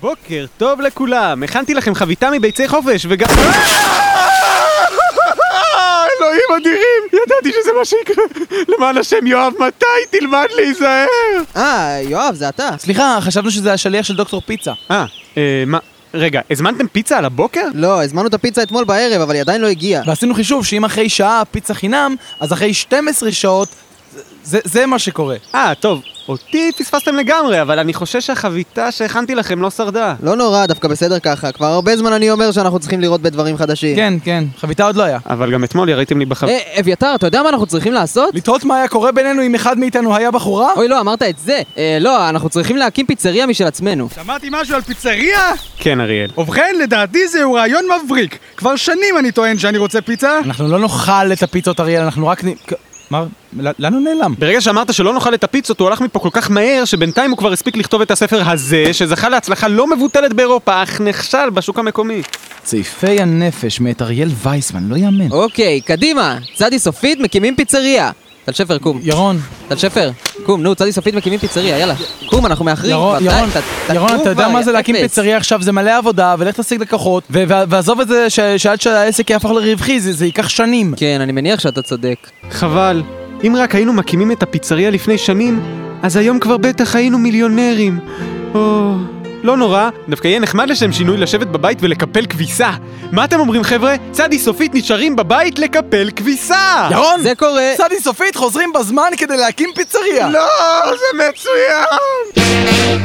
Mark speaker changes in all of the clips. Speaker 1: בוקר טוב לכולם, הכנתי לכם חביתה מביצי חופש וגם... אלוהים אדירים, ידעתי שזה מה שיקרה. למען השם, יואב, מתי תלמד להיזהר?
Speaker 2: אה, יואב, זה אתה.
Speaker 3: סליחה, חשבנו שזה השליח של דוקטור פיצה.
Speaker 1: אה, אה, מה, רגע, הזמנתם פיצה על הבוקר?
Speaker 2: לא, הזמנו את הפיצה אתמול בערב, אבל היא עדיין לא הגיעה.
Speaker 3: ועשינו חישוב שאם אחרי שעה פיצה חינם, אז אחרי 12 שעות, זה- זה, זה מה שקורה.
Speaker 1: אה, טוב, אותי פספסתם לגמרי, אבל אני חושש שהחביתה שהכנתי לכם לא שרדה.
Speaker 2: לא נורא, דווקא בסדר ככה. כבר הרבה זמן אני אומר שאנחנו צריכים לראות בדברים חדשים.
Speaker 3: כן, כן, חביתה עוד לא היה.
Speaker 1: אבל גם אתמול יריתם לי בחב...
Speaker 2: אה, אביתר, אתה יודע מה אנחנו צריכים לעשות?
Speaker 3: לתהות מה היה קורה בינינו אם אחד מאיתנו היה בחורה?
Speaker 2: אוי, לא, אמרת את זה. אה, לא, אנחנו צריכים להקים פיצריה משל עצמנו.
Speaker 4: שמעתי משהו על פיצריה?
Speaker 1: כן, אריאל.
Speaker 4: ובכן, לדעתי זהו רעיון מבריק. כבר שנים אני טוען שאני רוצה פיצה.
Speaker 3: אנחנו לא נאכל את הפיצות, אריאל, אנחנו רק... נ- כ- מה? ל- לאן הוא נעלם?
Speaker 1: ברגע שאמרת שלא נאכל את הפיצות, הוא הלך מפה כל כך מהר, שבינתיים הוא כבר הספיק לכתוב את הספר הזה, שזכה להצלחה לא מבוטלת באירופה, אך נכשל בשוק המקומי.
Speaker 3: צעיפי הנפש מאת אריאל וייסמן, לא יאמן.
Speaker 2: אוקיי, קדימה. צדי סופית מקימים פיצריה. טל שפר, קום.
Speaker 3: ירון,
Speaker 2: טל שפר, קום, נו, צדי סופית מקימים פיצריה, יאללה. קום, אנחנו מאחרים. כבר,
Speaker 3: ירון,
Speaker 2: די,
Speaker 3: ירון,
Speaker 2: ת- תקום
Speaker 3: ירון, אתה יודע
Speaker 2: כבר,
Speaker 3: מה זה להקים
Speaker 2: אפס.
Speaker 3: פיצריה עכשיו? זה מלא עבודה, ולך תשיג לקוחות, ו- ו- ועזוב את זה ש- שעד שהעסק יהפוך לרווחי, זה זה ייקח שנים.
Speaker 2: כן, אני מניח שאתה צודק.
Speaker 1: חבל, אם רק היינו מקימים את הפיצריה לפני שנים, אז היום כבר בטח היינו מיליונרים. או... לא נורא, דווקא יהיה נחמד לשם שינוי לשבת בבית ולקפל כביסה. מה אתם אומרים חבר'ה? צדי סופית נשארים בבית לקפל כביסה!
Speaker 3: ירון!
Speaker 2: זה קורה.
Speaker 3: סדי סופית חוזרים בזמן כדי להקים פיצריה!
Speaker 1: לא, זה מצוין!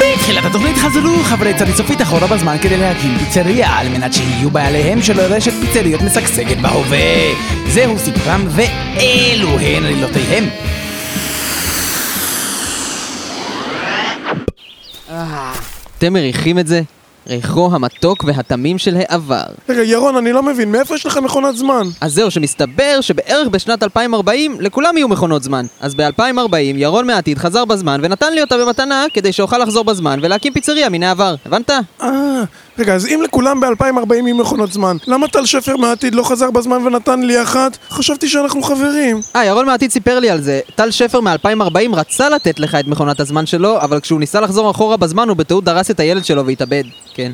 Speaker 3: בתחילת התוכנית חזרו חברי צדי סופית אחורה בזמן כדי להקים פיצריה על מנת שיהיו בעליהם של רשת פיצריות משגשגת בהווה. זהו סיפרם ואלו הן עלילותיהם.
Speaker 2: אתם מריחים את זה? ריחו המתוק והתמים של העבר.
Speaker 5: רגע, ירון, אני לא מבין, מאיפה יש לך מכונת זמן?
Speaker 2: אז זהו, שמסתבר שבערך בשנת 2040 לכולם יהיו מכונות זמן. אז ב-2040 ירון מהעתיד חזר בזמן ונתן לי אותה במתנה כדי שאוכל לחזור בזמן ולהקים פיצריה מן העבר. הבנת?
Speaker 5: אה, רגע, אז אם לכולם ב-2040 יהיו מכונות זמן, למה טל שפר מהעתיד לא חזר בזמן ונתן לי אחת? חשבתי שאנחנו חברים.
Speaker 2: אה, ירון מהעתיד סיפר לי על זה. טל שפר מ-2040 רצה לתת לך את מכונת הזמן שלו, אבל כשהוא ניסה לחזור אחורה בזמן הוא בטעות דרס את הילד שלו והתאבד. כן.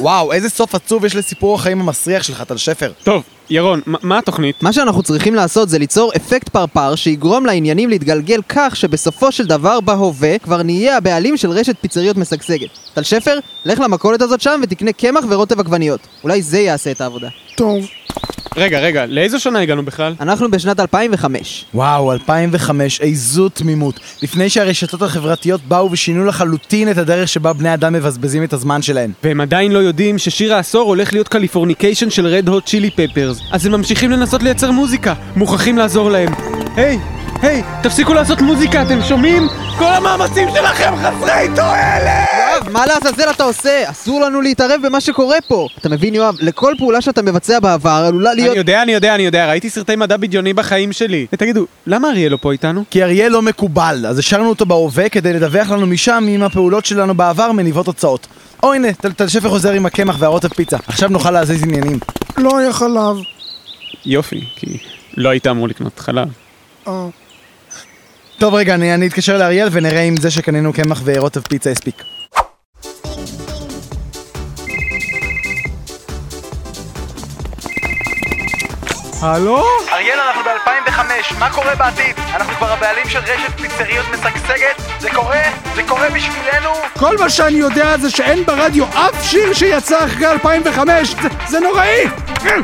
Speaker 3: וואו, איזה סוף עצוב יש לסיפור החיים המסריח שלך, טל שפר.
Speaker 1: טוב, ירון, מה- מה התוכנית?
Speaker 2: מה שאנחנו צריכים לעשות זה ליצור אפקט פרפר שיגרום לעניינים להתגלגל כך שבסופו של דבר בהווה כבר נהיה הבעלים של רשת פיצריות משגשגת. טל שפר, לך למכולת הזאת שם ותקנה קמח ורוטב עגבניות. אולי זה יעשה את העבודה.
Speaker 5: טוב.
Speaker 1: רגע, רגע, לאיזו שנה הגענו בכלל?
Speaker 2: אנחנו בשנת 2005.
Speaker 3: וואו, 2005, איזו תמימות. לפני שהרשתות החברתיות באו ושינו לחלוטין את הדרך שבה בני אדם מבזבזים את הזמן שלהם.
Speaker 1: והם עדיין לא יודעים ששיר העשור הולך להיות קליפורניקיישן של רד הוט צ'ילי פפרס. אז הם ממשיכים לנסות לייצר מוזיקה. מוכרחים לעזור להם. היי, היי, תפסיקו לעשות מוזיקה, אתם שומעים? כל המאמצים שלכם חסרי תועלת!
Speaker 2: יואב, מה לעזאזל אתה עושה? אסור לנו להתערב במה שקורה פה. אתה מבין, יואב? לכל פעולה שאתה מבצע בעבר עלולה
Speaker 1: אני
Speaker 2: להיות...
Speaker 1: יודע, אני יודע, אני יודע, ראיתי סרטי מדע בדיוני בחיים שלי. ותגידו, למה אריאל לא פה איתנו?
Speaker 3: כי אריה לא מקובל, אז השארנו אותו בהווה כדי לדווח לנו משם אם הפעולות שלנו בעבר מניבות תוצאות. או הנה, טל- טל שפר חוזר עם הקמח והרוטב פיצה, עכשיו נוכל להזיז עניינים.
Speaker 5: לא היה חלב.
Speaker 1: יופי, כי לא היית אמור לקנות חלב.
Speaker 5: אה.
Speaker 3: טוב רגע, אני, אני אתקשר לאריאל ונראה אם זה שקנינו קמח ורוטב פיצה הספיק.
Speaker 1: הלו?
Speaker 6: אריאל, אנחנו ב-2005, מה קורה בעתיד? אנחנו כבר הבעלים של רשת פיצריות משגשגת? זה קורה? זה קורה בשבילנו?
Speaker 4: כל מה שאני יודע זה שאין ברדיו אף שיר שיצא אחרי 2005! זה, זה נוראי!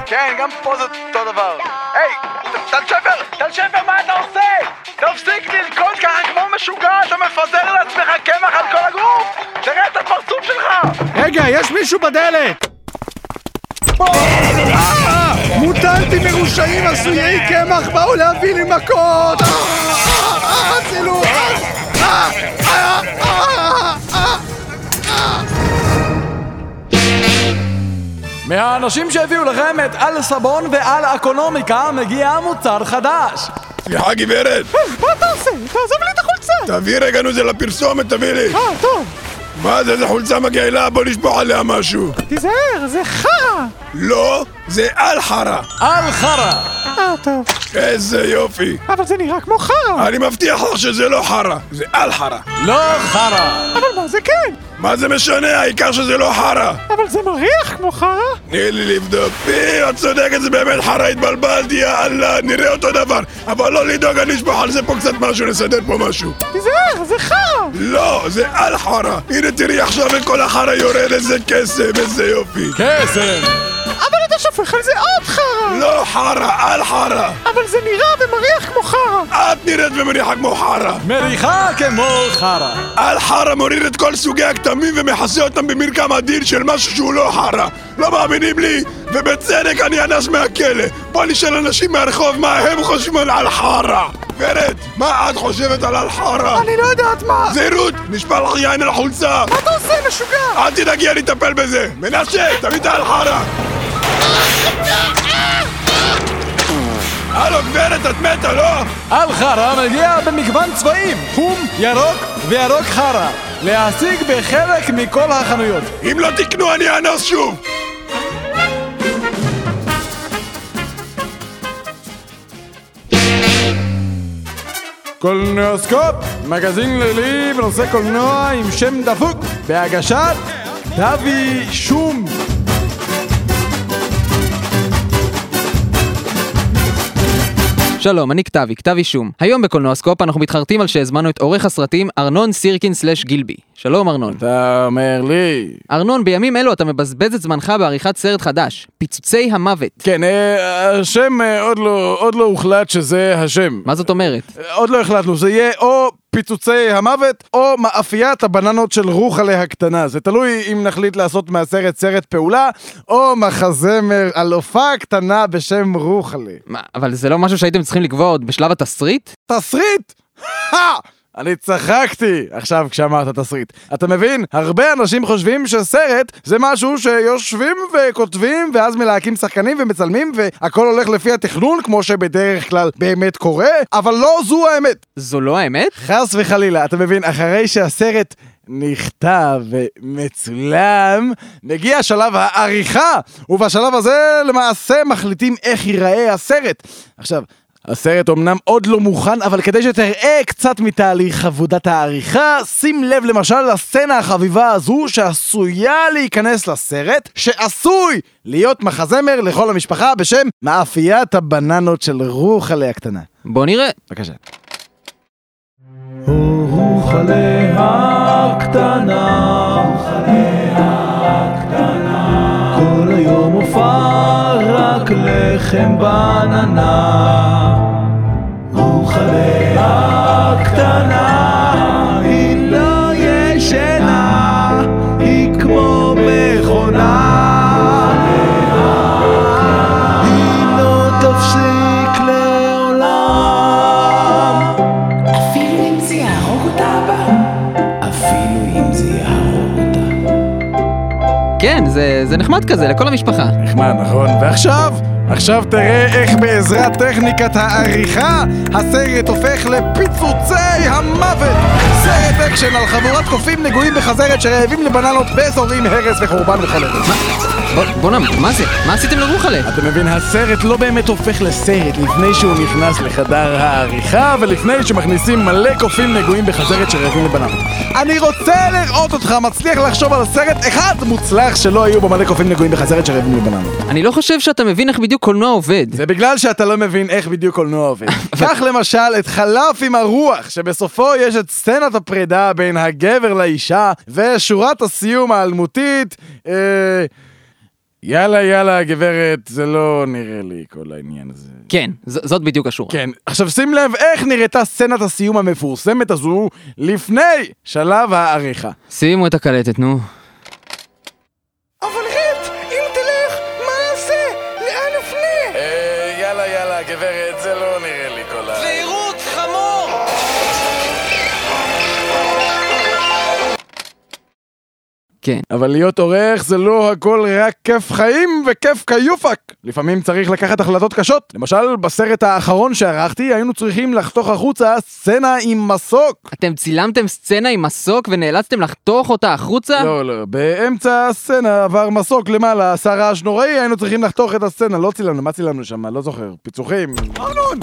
Speaker 6: כן, גם פה זה אותו דבר. היי, ט- טל שפר! טל שפר, מה אתה עושה? תפסיק ללכוד ככה כמו משוגע, אתה מפזר לעצמך קמח על כל הגוף! תראה את הפרצוף שלך!
Speaker 4: רגע, יש מישהו בדלת! אה, מוטנטים מרושעים עשויי קמח באו להביא לי מכות! אה, אה, הצילו! אה, אה, אה, אה, אה.
Speaker 3: מהאנשים שהביאו לכם את על סבון ועל אקונומיקה מגיע מוצר חדש.
Speaker 5: סליחה, גברת!
Speaker 7: מה תעשה? תעזוב לי את החולצה!
Speaker 5: תעביר רגע נו זה לפרסומת, תביא לי!
Speaker 7: אה, טוב,
Speaker 5: מה זה, זה חולצה מגעילה? בוא נשפוך עליה משהו!
Speaker 7: תיזהר, זה חרא!
Speaker 5: לא, זה אלחרה!
Speaker 3: על חרא.
Speaker 7: אה, טוב, אה.
Speaker 5: איזה יופי!
Speaker 7: אבל זה נראה כמו חרא!
Speaker 5: אני מבטיח לך שזה לא חרא, זה אלחרה.
Speaker 3: לא חרא.
Speaker 7: אבל מה זה כן?
Speaker 5: מה זה משנה? העיקר שזה לא חרא.
Speaker 7: אבל זה מריח כמו חרא!
Speaker 5: תני לי לבדוק. אה, את צודקת, זה באמת חרא, התבלבלתי, יאללה, נראה אותו דבר. אבל לא לדאוג, אני אשפוך על זה פה קצת משהו, נסדר פה משהו.
Speaker 7: תיזהר, זה חרא!
Speaker 5: לא, זה על חרא. הנה, תראי עכשיו את כל החרא יורד, איזה קסם, איזה יופי.
Speaker 3: קסם.
Speaker 7: אבל אתה שופך על זה עוד חרא!
Speaker 5: לא חרא, על חרא.
Speaker 7: אבל זה נראה ומריח כמו חרא!
Speaker 5: את נראית ומריחה כמו חרא.
Speaker 3: מריחה כמו חרא.
Speaker 5: על חרא מוריד את כל סוגי הכתמים ומכסה אותם במרקם עדין של משהו שהוא לא חרא. לא מאמינים לי, ובצדק אני אנס מהכלא. בוא נשאל אנשים מהרחוב מה הם חושבים על חרא. ורד, מה את חושבת על על חרא?
Speaker 7: אני לא יודעת מה!
Speaker 5: זהירות, נשפע לך יין על החולצה.
Speaker 7: מה אתה עושה, משוגע?
Speaker 5: אל תדאגי, אני אטפל בזה. מנשה, תביא את העל חרא. הלו, גברת, את מתה, לא?
Speaker 3: על חרא מגיע במגוון צבעים, חום, ירוק וירוק חרא. להשיג בחלק מכל החנויות.
Speaker 5: אם לא תקנו, אני אאנס שוב.
Speaker 3: קולנועוסקופ, מגזין לילי בנושא קולנוע עם שם דפוק, בהגשת דבי שום.
Speaker 2: שלום, אני כתבי, כתב אישום. היום בקולנועסקופ אנחנו מתחרטים על שהזמנו את עורך הסרטים ארנון סירקין סלאש גילבי. שלום ארנון.
Speaker 3: אתה אומר לי.
Speaker 2: ארנון, בימים אלו אתה מבזבז את זמנך בעריכת סרט חדש, פיצוצי המוות.
Speaker 3: כן, אה, השם אה, עוד לא, עוד לא הוחלט שזה השם.
Speaker 2: מה זאת אומרת?
Speaker 3: אה, עוד לא החלטנו, זה יהיה או פיצוצי המוות או מאפיית הבננות של רוחלה הקטנה. זה תלוי אם נחליט לעשות מהסרט סרט פעולה או מחזמר על הופעה קטנה בשם רוחלה.
Speaker 2: מה, אבל זה לא משהו שהייתם צריכים לקבוע עוד בשלב התסריט?
Speaker 3: תסריט! הא! אני צחקתי עכשיו כשאמרת תסריט. אתה מבין? הרבה אנשים חושבים שסרט זה משהו שיושבים וכותבים ואז מלהקים שחקנים ומצלמים והכל הולך לפי התכנון כמו שבדרך כלל באמת קורה, אבל לא זו האמת.
Speaker 2: זו לא האמת?
Speaker 3: חס וחלילה, אתה מבין? אחרי שהסרט נכתב ומצולם, מגיע שלב העריכה, ובשלב הזה למעשה מחליטים איך ייראה הסרט. עכשיו, הסרט אמנם עוד לא מוכן, אבל כדי שתראה קצת מתהליך עבודת העריכה, שים לב למשל לסצנה החביבה הזו שעשויה להיכנס לסרט, שעשוי להיות מחזמר לכל המשפחה בשם מאפיית הבננות של רוחלה הקטנה.
Speaker 2: בוא נראה.
Speaker 3: בבקשה.
Speaker 8: רוחלה הקטנה, כל היום הופעה רק לחם בננה. רוחלה הקטנה, היא לא ישנה, היא כמו מכונה. היא לא תפסיק לעולם.
Speaker 9: אפילו אם זה יהרוג אותה הבא.
Speaker 8: אפילו אם זה יהרוג אותה.
Speaker 2: כן, זה, זה נחמד כזה, לכל המשפחה.
Speaker 3: נחמד, נכון. ועכשיו, עכשיו תראה איך בעזרת טכניקת העריכה, הסרט הופך לפיצוצי המוות! סרט אקשן על חבורת קופים נגועים בחזרת שרעבים לבננות וזורעים הרס וחורבן וכו'.
Speaker 2: בוא, בוא נאמר, מה זה? מה עשיתם לרוחלה?
Speaker 3: אתה מבין, הסרט לא באמת הופך לסרט לפני שהוא נכנס לחדר העריכה ולפני שמכניסים מלא קופים נגועים בחזרת שרעבים לבננות. אני רוצה לראות אותך מצליח לחשוב על סרט אחד מוצלח שלא היו בו מלא קופים נגועים בחזרת שרעבים לבננות.
Speaker 2: אני לא חושב שאתה מבין איך בדיוק קולנוע עובד.
Speaker 3: זה בגלל שאתה לא מבין איך בדיוק קולנוע עובד. קח למשל את חלף עם הרוח, שבסופו יש את סצנת הפרידה בין הגבר לאישה, ושורת הסיום האלמותית, אה, יאללה יאללה גברת, זה לא נראה לי כל העניין הזה.
Speaker 2: כן, ז- זאת בדיוק השורה.
Speaker 3: כן, עכשיו שים לב איך נראתה סצנת הסיום המפורסמת הזו לפני שלב העריכה.
Speaker 2: שימו את הקלטת, נו.
Speaker 10: כן.
Speaker 3: אבל להיות עורך זה לא הכל רק כיף חיים וכיף כיופק. לפעמים צריך לקחת החלטות קשות. למשל, בסרט האחרון שערכתי היינו צריכים לחתוך החוצה סצנה עם מסוק.
Speaker 10: אתם צילמתם סצנה עם מסוק ונאלצתם לחתוך אותה החוצה?
Speaker 3: לא, לא, באמצע הסצנה עבר מסוק למעלה, עשה רעש נוראי, היינו צריכים לחתוך את הסצנה. לא צילמנו, מה צילמנו שם? לא זוכר. פיצוחים. ארנון!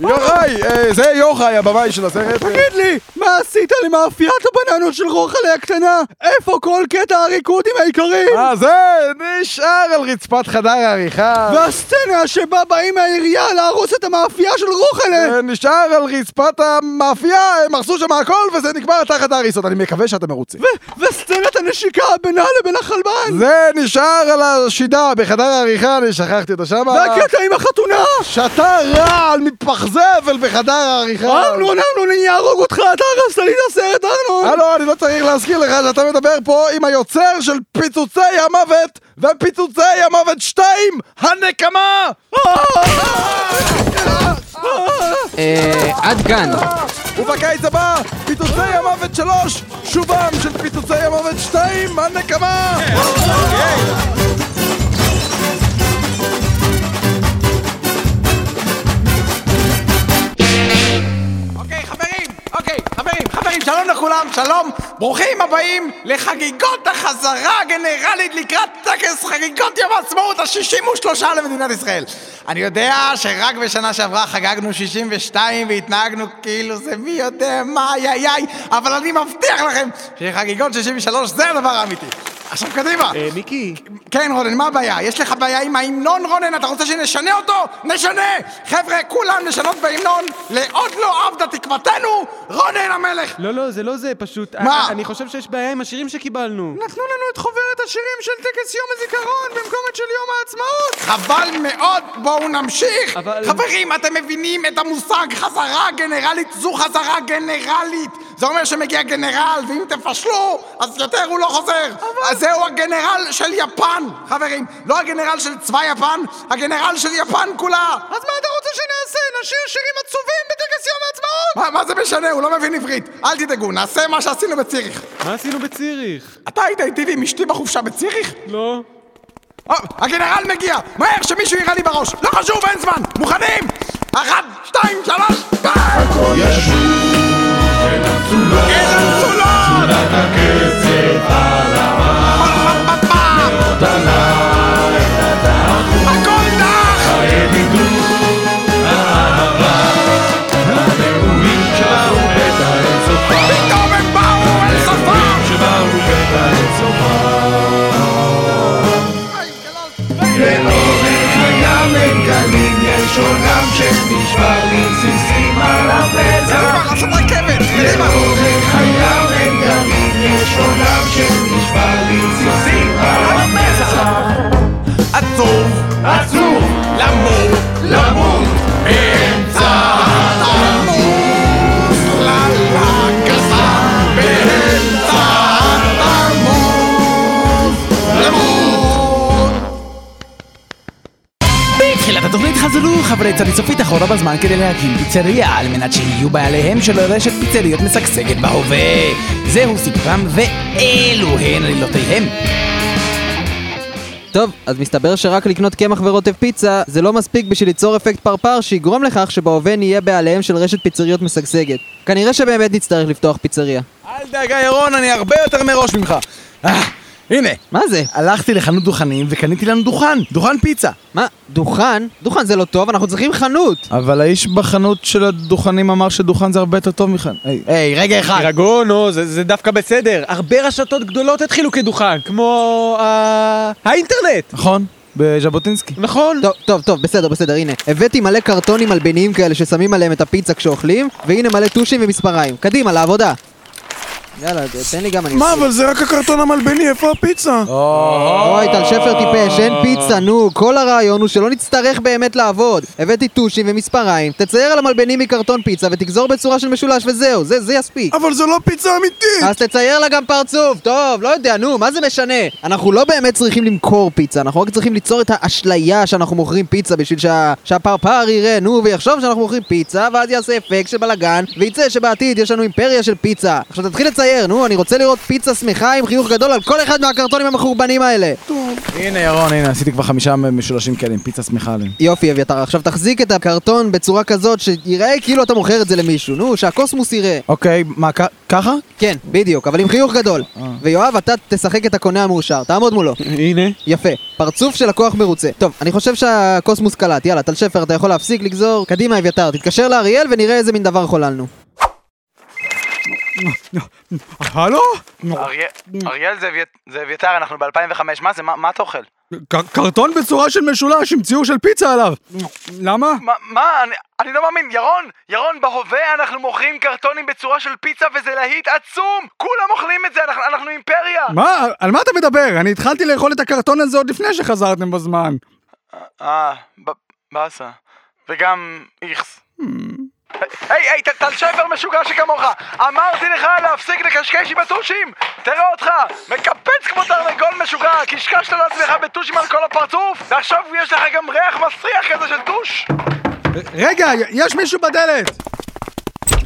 Speaker 3: יוחאי, אה, זה יוחאי הבמאי של הסרט.
Speaker 4: תגיד לי, מה עשית עם מאפיית הבננות של רוחלה הקטנה? איפה כל קטע הריקודים העיקרי?
Speaker 3: אה, זה נשאר על רצפת חדר העריכה.
Speaker 4: והסצנה שבה באים מהעירייה להרוס את המאפייה של רוחלה!
Speaker 3: אה, נשאר על רצפת המאפייה, הם הרסו שם הכל וזה נגמר תחת ההריסות. אני מקווה שאתם מרוצים.
Speaker 4: ו- וסצנת הנשיקה בינה לבין החלבן!
Speaker 3: זה נשאר על השידה בחדר העריכה, אני שכחתי אותו שם.
Speaker 4: והקטע עם החתונה!
Speaker 3: שתה רעל מפח זבל בחדר העריכה.
Speaker 4: אמנון, אמנון, אני אהרוג אותך, אתה הרסת לי את הסרט, אמנון!
Speaker 3: הלו, אני לא צריך להזכיר לך שאתה מדבר פה עם היוצר של פיצוצי המוות ופיצוצי המוות 2, הנקמה!
Speaker 10: אה, עד כאן.
Speaker 3: ובקיץ הבא, פיצוצי המוות 3, שובם של פיצוצי המוות 2, הנקמה!
Speaker 8: אוקיי, חברים, אוקיי, חברים, חברים, שלום לכולם, שלום. ברוכים הבאים לחגיגות החזרה הגנרלית לקראת טקס חגיגות יום העצמאות ה-63 למדינת ישראל. אני יודע שרק בשנה שעברה חגגנו 62 והתנהגנו כאילו זה מי יודע מה, איי איי איי, אבל אני מבטיח לכם שחגיגות 63 זה הדבר האמיתי. עכשיו קדימה.
Speaker 1: אה, מיקי,
Speaker 8: כן, רונן, מה הבעיה? יש לך בעיה עם ההמנון, רונן? אתה רוצה שנשנה אותו? נשנה! חבר'ה, כולם לשנות בהמנון לעוד לא עבדה תקוותנו, רונן המלך!
Speaker 1: לא, לא, זה לא זה, פשוט...
Speaker 8: מה?
Speaker 1: אני חושב שיש בעיה עם השירים שקיבלנו.
Speaker 4: נתנו לנו את חוברת השירים של טקס יום הזיכרון במקום את של יום העצמאות!
Speaker 8: חבל מאוד, בואו נמשיך!
Speaker 1: אבל-
Speaker 8: חברים, אתם מבינים את המושג חזרה גנרלית? זו חזרה גנרלית! זה אומר שמגיע גנרל, ואם תפשלו, אז יותר הוא לא חוזר! אז זהו הגנרל של יפן, חברים! לא הגנרל של צבא יפן, הגנרל של יפן כולה!
Speaker 4: אז מה אתה רוצה שנעשה? נשאיר שירים עצובים בטקס יום העצמאות?
Speaker 8: מה, מה זה משנה? הוא לא מבין עברית. אל תדאגו, נעשה מה שעשינו בציריך.
Speaker 1: מה עשינו בציריך?
Speaker 8: אתה היית איתי ועם אשתי בחופשה בציריך?
Speaker 1: לא.
Speaker 8: או, הגנרל מגיע! מהר, שמישהו יירה לי בראש! לא חשוב, אין זמן! מוכנים? אחת, שתיים, שלוש, ביי! אין אמצולות! פם, פם, פם! הכל דח! פתאום הם באו אל סופם! כבר
Speaker 3: אה,
Speaker 8: עכשיו רכבת! קדימה! עצוב, עצוב, למות, למות, באמצע התמוז, קללה גסה, באמצע התמוז, למות.
Speaker 11: בתחילת התוכנית חזרו חברי צדי צופית אחורה בזמן כדי להקים פיצריה על מנת שיהיו בעליהם של רשת פיצריות משגשגת בהווה. זהו סיפרם ואלו הן עלילותיהם.
Speaker 2: טוב, אז מסתבר שרק לקנות קמח ורוטב פיצה זה לא מספיק בשביל ליצור אפקט פרפר שיגרום לכך שבהווה נהיה בעליהם של רשת פיצריות משגשגת. כנראה שבאמת נצטרך לפתוח פיצריה.
Speaker 3: אל דאגה, ירון, אני הרבה יותר מראש ממך. אה, הנה,
Speaker 2: מה זה?
Speaker 3: הלכתי לחנות דוכנים וקניתי לנו דוכן, דוכן פיצה.
Speaker 2: מה? דוכן? דוכן זה לא טוב, אנחנו צריכים חנות!
Speaker 3: אבל האיש בחנות של הדוכנים אמר שדוכן זה הרבה יותר טוב מחן.
Speaker 8: היי, רגע אחד.
Speaker 1: תירגעו, נו, זה זה דווקא בסדר. הרבה רשתות גדולות התחילו כדוכן, כמו... אה, האינטרנט!
Speaker 3: נכון, בז'בוטינסקי.
Speaker 1: נכון.
Speaker 2: טוב, טוב, טוב, בסדר, בסדר, הנה. הבאתי מלא קרטונים מלבניים כאלה ששמים עליהם את הפיצה כשאוכלים, והנה מלא טושים ומספריים. קדימה, לעבודה! יאללה, ת- תן לי גם אני...
Speaker 5: מה, אבל זה רק הקרטון המלבני, איפה הפיצה?
Speaker 3: לא.
Speaker 2: אוי, טל שפר טיפש, אין פיצה, נו. כל הרעיון הוא שלא נצטרך באמת לעבוד. הבאתי טושים ומספריים, תצייר על המלבנים מקרטון פיצה ותגזור בצורה של משולש וזהו, זה, זה יספיק.
Speaker 5: אבל זה לא פיצה אמיתית!
Speaker 2: אז תצייר לה גם פרצוף, טוב, לא יודע, נו, מה זה משנה? אנחנו לא באמת צריכים למכור פיצה, אנחנו רק צריכים ליצור את האשליה שאנחנו מוכרים פיצה בשביל שה... שהפרפר יראה, נו, ויחשוב שאנחנו מוכרים פיצה, ואז יעשה אפקט של בלאגן, וייצא שבעתיד יש לנו אימפריה של פיצה. עכשיו תתחיל לצייר מהר, נו, אני רוצה לראות פיצה שמחה עם חיוך גדול על כל אחד מהקרטונים המחורבנים האלה.
Speaker 3: הנה ירון, הנה, עשיתי כבר חמישה משולשים כאלה עם פיצה שמחה עליהם.
Speaker 2: יופי, אביתר, עכשיו תחזיק את הקרטון בצורה כזאת שיראה כאילו אתה מוכר את זה למישהו, נו, שהקוסמוס יראה.
Speaker 3: אוקיי, מה, כ- ככה?
Speaker 2: כן, בדיוק, אבל עם חיוך גדול. ויואב, אתה תשחק את הקונה המאושר, תעמוד מולו.
Speaker 1: הנה.
Speaker 2: יפה, פרצוף של לקוח מרוצה. טוב, אני חושב שהקוסמוס קלט, יאללה, טל שפר, אתה יכול להפסיק לגזור. קדימה, אביתר, תתקשר לאריאל ונראה איזה מין דבר חוללנו.
Speaker 1: הלו?
Speaker 3: אריאל זה אביתר, אנחנו ב-2005, מה זה, מה אתה אוכל?
Speaker 1: ק- קרטון בצורה של משולש עם ציור של פיצה עליו. למה?
Speaker 3: מה, מה, אני, אני לא מאמין, ירון, ירון, בהווה אנחנו מוכרים קרטונים בצורה של פיצה וזה להיט עצום! כולם אוכלים את זה, אנחנו, אנחנו אימפריה!
Speaker 4: מה? על מה אתה מדבר? אני התחלתי לאכול את הקרטון הזה עוד לפני שחזרתם בזמן.
Speaker 3: אה, ב- באסה. וגם איכס.
Speaker 5: Hmm.
Speaker 3: היי, היי, ט- טל שפר משוגע שכמוך! אמרתי לך להפסיק לקשקש עם הטושים! תראה אותך! מקפץ כמו תרנגול משוגע! קשקשת לעצמך בטושים על כל הפרצוף! ועכשיו יש לך גם ריח מסריח כזה של טוש!
Speaker 4: רגע, יש מישהו בדלת!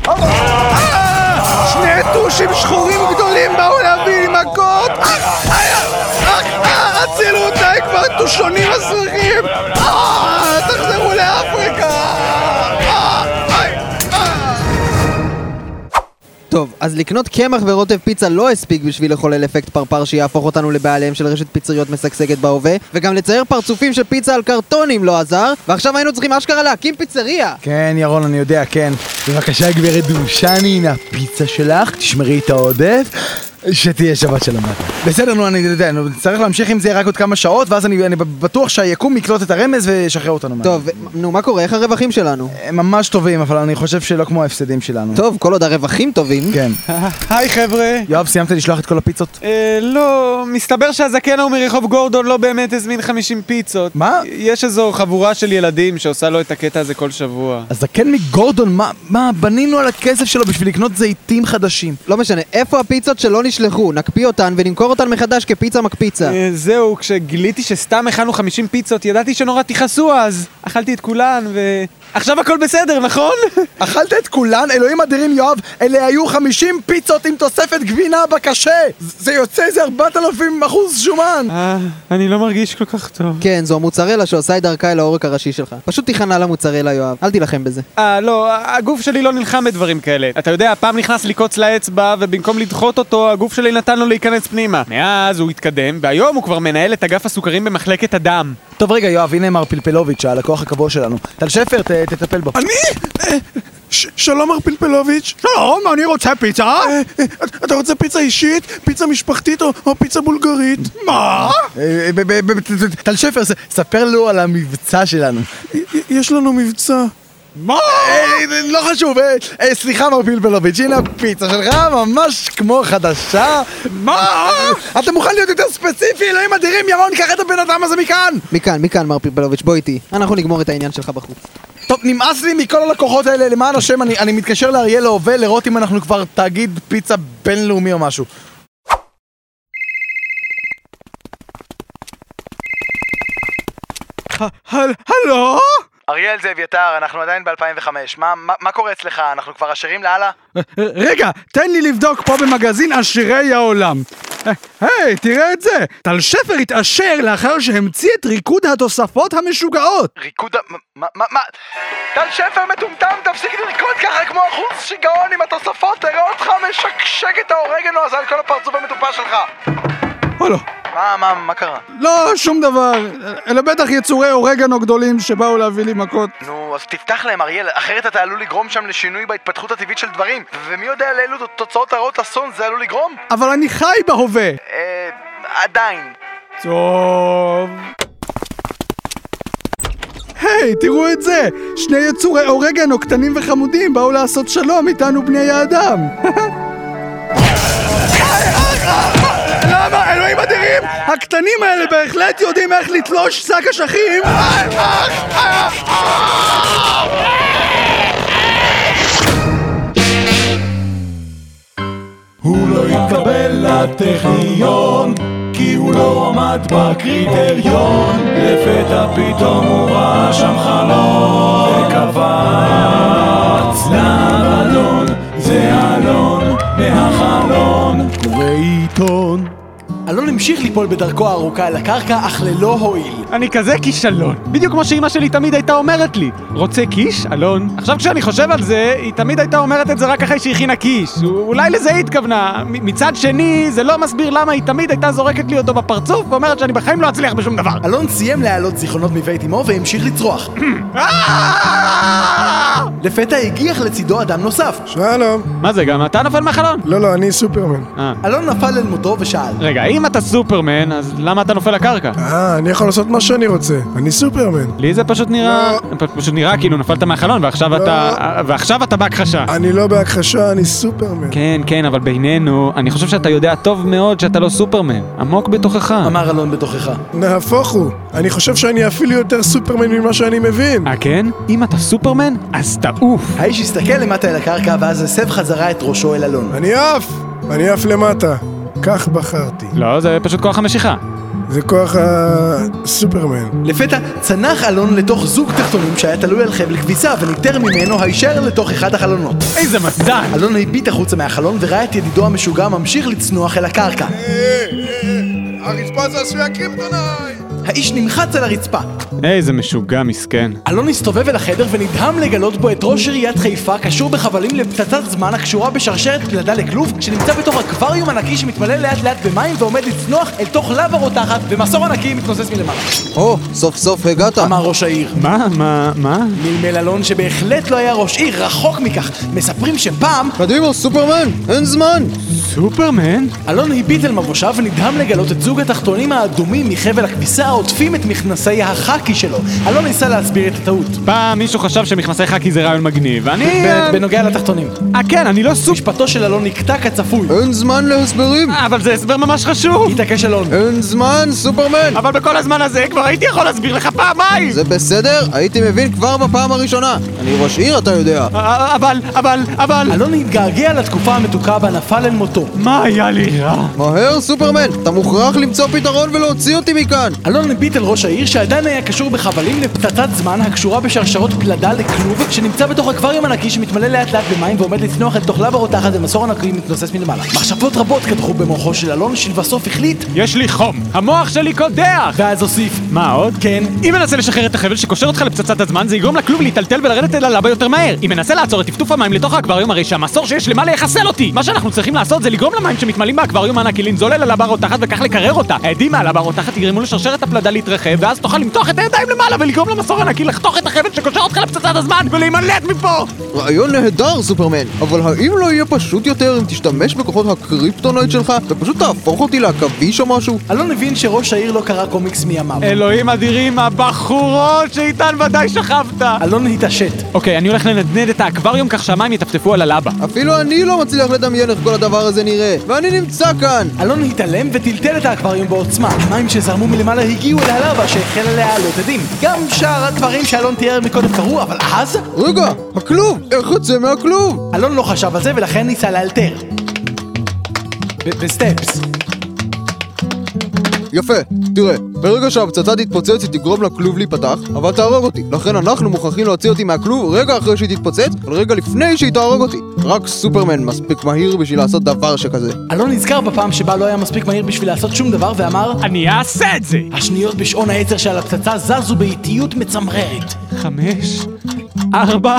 Speaker 3: לא.
Speaker 4: אה, שני טושים שחורים גדולים באו להביא לי מכות! אה, אה, אה, אה, הצילו אותי כבר טושונים מסריחים!
Speaker 5: אה,
Speaker 4: אה, תחזרו לאפריקה! אה, אה, אה.
Speaker 2: טוב, אז לקנות קמח ורוטב פיצה לא הספיק בשביל לחולל אפקט פרפר שיהפוך אותנו לבעליהם של רשת פיצריות משגשגת בהווה, וגם לצייר פרצופים של פיצה על קרטונים לא עזר, ועכשיו היינו צריכים אשכרה להקים פיצריה!
Speaker 3: כן, ירון, אני יודע, כן. בבקשה, גברת דורשני, הנה הפיצה שלך, תשמרי את העודף, שתהיה שבת שלמה. בסדר, נו, אני יודע, נו, נצטרך להמשיך עם זה רק עוד כמה שעות, ואז אני, אני בטוח שהיקום יקלוט את הרמז וישחרר אותנו. מהר.
Speaker 2: טוב, ו- נו, מה קורה? איך הרווחים שלנו?
Speaker 3: הם ממש טובים, אבל אני חושב שלא כמו ההפסדים שלנו.
Speaker 2: טוב, כל עוד הרווחים טובים.
Speaker 3: כן.
Speaker 1: היי חבר'ה.
Speaker 3: יואב, סיימת לשלוח את כל הפיצות?
Speaker 1: אה, לא, מסתבר שהזקן ההוא מרחוב גורדון לא באמת הזמין 50 פיצות.
Speaker 3: מה?
Speaker 1: יש איזו חבורה של ילדים שעושה לו את הקטע הזה כל שבוע.
Speaker 3: הזקן מגורדון, מה, מה, בנינו על הכסף שלו בשביל לקנות זיתים חדשים.
Speaker 2: לא משנה, איפה הפיצות שלא נשלחו? נקפיא אותן ונמכור אותן מחדש כפיצה מקפיצה.
Speaker 1: אה, זהו, כשגיליתי שסתם הכנו 50 פיצות, ידעתי שנורא תכעסו אז. אכלתי את כולן, ו... עכשיו הכל בסדר, נכון?
Speaker 3: אכלת את כולן? אלוהים אדירים, יואב, אלה היו 50 פיצות עם תוספת גבינה בקשה! זה יוצא איזה 4,000 אחוז שומן!
Speaker 1: אה, אני לא מרגיש כל כך טוב.
Speaker 2: כן, זו המוצרלה שעושה את דרכה אל העורק הראשי שלך. פשוט תיכנע למוצרלה, יואב. אל תילחם בזה.
Speaker 1: אה, לא, הגוף שלי לא נלחם בדברים כאלה. אתה יודע, פעם נכנס לי קוץ לאצבע, ובמקום לדחות אותו, הגוף שלי נתן לו להיכנס פנימה. מאז הוא התקדם, והיום הוא כבר מנהל את אגף הסוכרים במחלקת הדם.
Speaker 3: טוב רגע יואב, הנה מר פלפלוביץ', הלקוח הקבוע שלנו. טל שפר, ת- תטפל בו.
Speaker 5: אני? אה, ש- שלום מר פלפלוביץ'.
Speaker 4: שלום, אני רוצה פיצה!
Speaker 5: אה, אה, אתה רוצה פיצה אישית, פיצה משפחתית או או פיצה בולגרית?
Speaker 4: מה?
Speaker 3: אה, ב- ב- ב- ת- טל שפר, ס- ספר לו על המבצע שלנו.
Speaker 5: י- י- יש לנו מבצע.
Speaker 4: מה?
Speaker 3: אה, לא חשוב, אה, אה, סליחה מר פלפלוביץ', הנה הפיצה שלך, ממש כמו חדשה. אה,
Speaker 4: מה?
Speaker 3: אתה מוכן להיות יותר ספציפי, אלוהים אדירים, ירון, קח את הבן אדם הזה מכאן!
Speaker 2: מכאן, מכאן, מר פלפלוביץ', בוא איתי. אנחנו נגמור את העניין שלך בחוץ.
Speaker 3: טוב, נמאס לי מכל הלקוחות האלה, למען השם, אני, אני מתקשר לאריאל ההווה לראות אם אנחנו כבר תאגיד פיצה בינלאומי או משהו.
Speaker 4: הלו?
Speaker 3: אריאל זה אביתר, אנחנו עדיין ב-2005, מה, מה, מה קורה אצלך? אנחנו כבר עשירים לאללה?
Speaker 4: אה, רגע, תן לי לבדוק פה במגזין עשירי העולם. אה, היי, תראה את זה! טל שפר התעשר לאחר שהמציא את ריקוד התוספות המשוגעות!
Speaker 3: ריקוד ה... מה? מה? מה? טל שפר מטומטם, תפסיק לרקוד ככה כמו אחוז שיגעון עם התוספות, תראה אותך משקשק את האורגנו הזה על כל הפרצוף המטופש שלך!
Speaker 8: לא.
Speaker 4: הלו,
Speaker 3: מה, מה, מה קרה?
Speaker 4: לא, שום דבר. אה, אלה בטח יצורי אורגנו גדולים שבאו להביא לי מכות.
Speaker 3: נו, אז תפתח להם, אריאל, אחרת אתה עלול לגרום שם לשינוי בהתפתחות הטבעית של דברים, ומי יודע לאילו תוצאות הרעות אסון זה עלול לגרום?
Speaker 4: אבל אני חי בהווה!
Speaker 3: אה... עדיין.
Speaker 4: טוב. היי, תראו את זה! שני יצורי אורגנו קטנים וחמודים באו לעשות שלום איתנו בני האדם! למה? אלוהים אדירים! הקטנים האלה בהחלט יודעים איך לתלוש שק אשכים!
Speaker 5: הוא לא התקבל לטכניון, כי הוא לא עמד בקריטריון. לפתע פתאום הוא ראה שם חלון, וקפץ לבלון, זה אלון מהחלון.
Speaker 12: בעיתון.
Speaker 8: אלון המשיך ליפול בדרכו הארוכה אל הקרקע, אך ללא הועיל.
Speaker 1: אני כזה כישלון. בדיוק כמו שאימא שלי תמיד הייתה אומרת לי. רוצה קיש, אלון? עכשיו כשאני חושב על זה, היא תמיד הייתה אומרת את זה רק אחרי שהכינה קיש. א- אולי לזה היא התכוונה. מ- מצד שני, זה לא מסביר למה היא תמיד הייתה זורקת לי אותו בפרצוף ואומרת שאני בחיים לא אצליח בשום דבר.
Speaker 8: אלון סיים להעלות זיכרונות מבית אמו והמשיך לצרוח. לפתע הגיח לצידו אדם נוסף.
Speaker 12: שלום.
Speaker 1: מה זה, גם אתה נפל מהחלון?
Speaker 12: לא, לא, אני סופרמן.
Speaker 1: אה.
Speaker 8: אלון נפל אל מותו ושאל.
Speaker 1: רגע, אם אתה סופרמן, אז למה אתה נופל לקרקע?
Speaker 12: אה, אני יכול לעשות מה שאני רוצה. אני סופרמן.
Speaker 1: לי זה פשוט נראה... פ- פשוט נראה כאילו נפלת מהחלון, ועכשיו אתה... ועכשיו אתה בהכחשה.
Speaker 12: אני לא בהכחשה, אני סופרמן.
Speaker 1: כן, כן, אבל בינינו, אני חושב שאתה יודע טוב מאוד שאתה לא סופרמן. עמוק בתוכך.
Speaker 8: אמר אלון בתוכך.
Speaker 12: נהפוך הוא. אני חושב שאני אפילו יותר סופרמן ממה שאני מבין.
Speaker 1: אה, כן? אם אתה סופרמן, אז תעוף.
Speaker 8: האיש הסתכל למטה אל הקרקע ואז הסב חזרה את ראשו אל אלון.
Speaker 12: אני עף! אני עף למטה. כך בחרתי.
Speaker 1: לא, זה פשוט כוח המשיכה.
Speaker 12: זה כוח הסופרמן.
Speaker 8: לפתע צנח אלון לתוך זוג תחתונים שהיה תלוי על חבל כביסה וניטר ממנו הישר לתוך אחד החלונות.
Speaker 1: איזה מזל!
Speaker 8: אלון הביט החוצה מהחלון וראה את ידידו המשוגע ממשיך לצנוח אל הקרקע.
Speaker 5: הרצפה זה עשוי הקריפטונאי!
Speaker 8: האיש נמחץ על הרצפה.
Speaker 1: איזה משוגע מסכן.
Speaker 8: אלון הסתובב אל החדר ונדהם לגלות בו את ראש עיריית חיפה קשור בחבלים לפצצת זמן הקשורה בשרשרת פלדה לכלוב שנמצא בתוך אקווריום ענקי שמתמלא לאט לאט במים ועומד לצנוח אל תוך לבה רותחת ומסור ענקי מתנוסס מלמעלה.
Speaker 2: או, סוף סוף הגעת.
Speaker 8: אמר ראש העיר.
Speaker 1: מה? מה? מה?
Speaker 8: מלמל אלון שבהחלט לא היה ראש עיר, רחוק מכך. מספרים שפעם
Speaker 2: קדימה, סופרמן, אין זמן!
Speaker 1: סופרמן?
Speaker 8: אלון הביט אל מבושיו ונדהם לגלות את זוג התחתונים האדומים מחבל הכביסה העוטפים את מכנסי החאקי שלו. אלון ניסה להסביר את הטעות.
Speaker 1: פעם מישהו חשב שמכנסי חאקי זה רעיון מגניב, ואני...
Speaker 2: כן.
Speaker 8: ב- בנוגע לתחתונים.
Speaker 1: אה, כן, אני לא סופ...
Speaker 8: משפטו של אלון נקטע כצפוי.
Speaker 2: אין זמן להסברים!
Speaker 1: אה, אבל זה הסבר ממש חשוב!
Speaker 8: התעקש אלון.
Speaker 2: אין זמן, סופרמן!
Speaker 1: אבל בכל הזמן הזה כבר הייתי יכול להסביר לך פעמיים!
Speaker 2: זה בסדר? הייתי מבין כבר בפעם הראשונה. אני ראש עיר, אתה יודע.
Speaker 1: אה, אבל, אבל, אבל...
Speaker 8: אלון התגעגע לא לתקופה המתוקה בה נפל אל מותו.
Speaker 1: מה היה לי רע?
Speaker 2: מהר, סופרמן! אתה מוכרח למצוא פתרון ולהוציא אותי מכאן!
Speaker 8: אלון הביט אל ראש העיר שעדיין היה קשור בחבלים לפצצת זמן הקשורה בשרשרות פלדה לכלוב שנמצא בתוך אקווריום ענקי שמתמלא לאט לאט במים ועומד לצנוח אל תוך לבה רותחת ומסור ענקי מתנוסס מלמעלה. מחשבות רבות קדחו במוחו של אלון שלבסוף החליט
Speaker 1: יש לי חום! המוח שלי קודח!
Speaker 8: ואז הוסיף
Speaker 1: מה עוד?
Speaker 8: כן,
Speaker 1: אם מנסה לשחרר את החבל שקושר אותך לפצצת הזמן, זה יגרום לכלוב להיטלטל ולרדת אל הלבה יותר מהר. אם מנסה לעצור את טפטוף המים לתוך האקווריום, הרי שהמסור שיש למעלה יחסל אותי! מה שאנחנו צריכים לעשות זה לגרום למים שמתמלאים באקווריום הענקי לנזול אל הלבה הרותחת וכך לקרר אותה. העדים מהלבה הרותחת יגרמו לשרשרת הפלדה להתרחב, ואז תוכל למתוח את הידיים למעלה ולגרום למסור הענקי לחתוך את החבל שקושר אותך לפצצת הזמן ולהימלט מפה!
Speaker 2: רעיון נהדר, סופרמן! אבל האם לא יהיה פשוט יותר אם תשתמש בכוחות הקריפטונייט שלך ופשוט תהפוך אותי לעכביש או משהו?
Speaker 8: אלון הבין שראש העיר לא קרא קומיקס מימיו.
Speaker 1: אלוהים אדירים, הבחורות שאיתן ודאי שכבת!
Speaker 8: אלון התעשת.
Speaker 1: אוקיי, אני הולך לנדנד את האקווריום כך שהמים יטפטפו על הלבה.
Speaker 2: אפילו אני לא מצליח לדמיין איך כל הדבר הזה נראה, ואני נמצא כאן!
Speaker 8: אלון התעלם וטלטל את האקווריום בעוצמה. המים שזרמו מלמעלה הגיעו אל הלבה שהחלה להעלות עדים. גם שאר הדברים שאלון תיאר מקודם קרו, אבל אז
Speaker 2: רגע, הכלוב! איך יוצא מהכלוב?
Speaker 8: אלון לא חשב על זה ולכן ניסה לאלתר. ב- בסטפס.
Speaker 2: יפה, תראה, ברגע שהפצצה תתפוצץ היא תגרום לכלוב להיפתח, אבל תהרוג אותי. לכן אנחנו מוכרחים להוציא אותי מהכלוב רגע אחרי שהיא תתפוצץ, אבל רגע לפני שהיא תהרוג אותי. רק סופרמן מספיק מהיר בשביל לעשות דבר שכזה.
Speaker 8: אלון נזכר בפעם שבה לא היה מספיק מהיר בשביל לעשות שום דבר ואמר
Speaker 1: אני אעשה את זה!
Speaker 8: השניות בשעון העצר שעל הפצצה זזו באיטיות מצמררת.
Speaker 1: חמש, ארבע,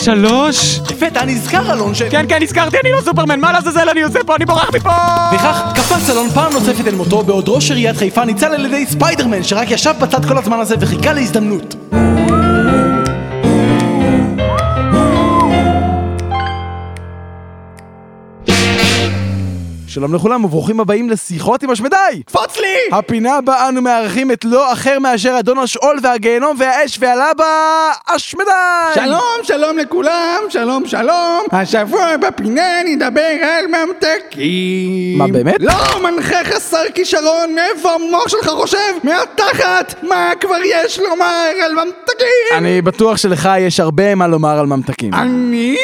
Speaker 1: שלוש...
Speaker 8: לפתע נזכר אלון ש...
Speaker 1: כן, כן, נזכרתי, אני לא סופרמן, מה לעזאזל אני עושה פה? אני בורח מפה!
Speaker 8: וכך קפץ אלון פעם נוספת אל מותו בעוד ראש עיריית חיפה ניצל על ידי ספיידרמן שרק ישב בצד כל הזמן הזה וחיכה להזדמנות.
Speaker 3: שלום לכולם וברוכים הבאים לשיחות עם השמדי!
Speaker 8: קפוץ לי!
Speaker 3: הפינה בה אנו מארחים את לא אחר מאשר אדון השאול והגיהנום והאש והלבה, השמדי!
Speaker 6: שלום, שלום לכולם, שלום, שלום. השבוע בפינה נדבר על ממתקים.
Speaker 3: מה, באמת?
Speaker 6: לא, מנחה חסר כישרון, מאיפה המוח שלך חושב? מהתחת! מה כבר יש לומר על ממתקים?
Speaker 3: אני בטוח שלך יש הרבה מה לומר על ממתקים.
Speaker 6: אני?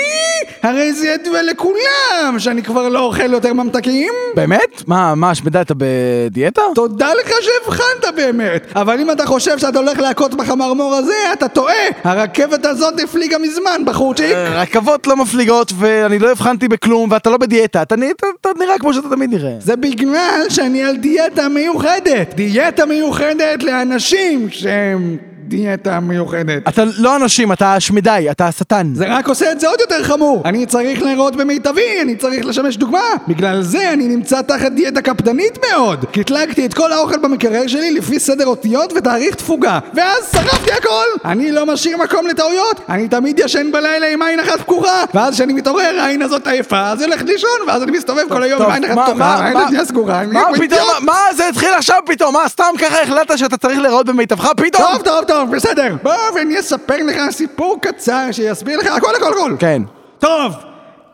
Speaker 6: הרי זה ידוע לכולם שאני כבר לא אוכל יותר ממתקים אלוהים?
Speaker 3: באמת? מה, מה, שמידה, אתה בדיאטה?
Speaker 6: תודה לך שהבחנת באמת! אבל אם אתה חושב שאתה הולך להכות בחמרמור הזה, אתה טועה! הרכבת הזאת הפליגה מזמן, בחורצ'יק!
Speaker 3: רכבות לא מפליגות, ואני לא הבחנתי בכלום, ואתה לא בדיאטה, אתה נהיית- אתה נראה כמו שאתה תמיד נראה.
Speaker 6: זה בגלל שאני על דיאטה מיוחדת! דיאטה מיוחדת לאנשים שהם דיאטה מיוחדת.
Speaker 3: אתה לא אנשים, אתה השמידי, אתה השטן.
Speaker 6: זה רק עושה את זה עוד יותר חמור! אני צריך להיראות במיטבי, אני צריך לשמש דוגמה! בגלל זה אני נמצא תחת דיאטה קפדנית מאוד! קטלגתי את כל האוכל במקרר שלי לפי סדר אותיות ותאריך תפוגה, ואז שרפתי הכל! אני לא משאיר מקום לטעויות! אני תמיד ישן בלילה עם עין אחת פקוחה! ואז כשאני מתעורר, העין הזאת עייפה, אז אני הולך לישון, ואז אני מסתובב כל היום עם
Speaker 3: טוב,
Speaker 6: עין
Speaker 3: מה-
Speaker 6: אחת
Speaker 3: מה-
Speaker 6: פתוחה, העין
Speaker 3: מה-
Speaker 6: השנייה סגורה, אני
Speaker 3: מה
Speaker 6: כמו
Speaker 3: פתאום,
Speaker 6: אידיוט.
Speaker 3: מה זה התחיל עכשיו פתאום? מה, סתם ככה החלטת שאתה צריך להיראות במיטבך פתאום?
Speaker 6: טוב, טוב, טוב, בסדר. בוא ואני אספר לך סיפור קצר שיסביר לך הכל הכל הכל.
Speaker 3: כן.
Speaker 6: טוב,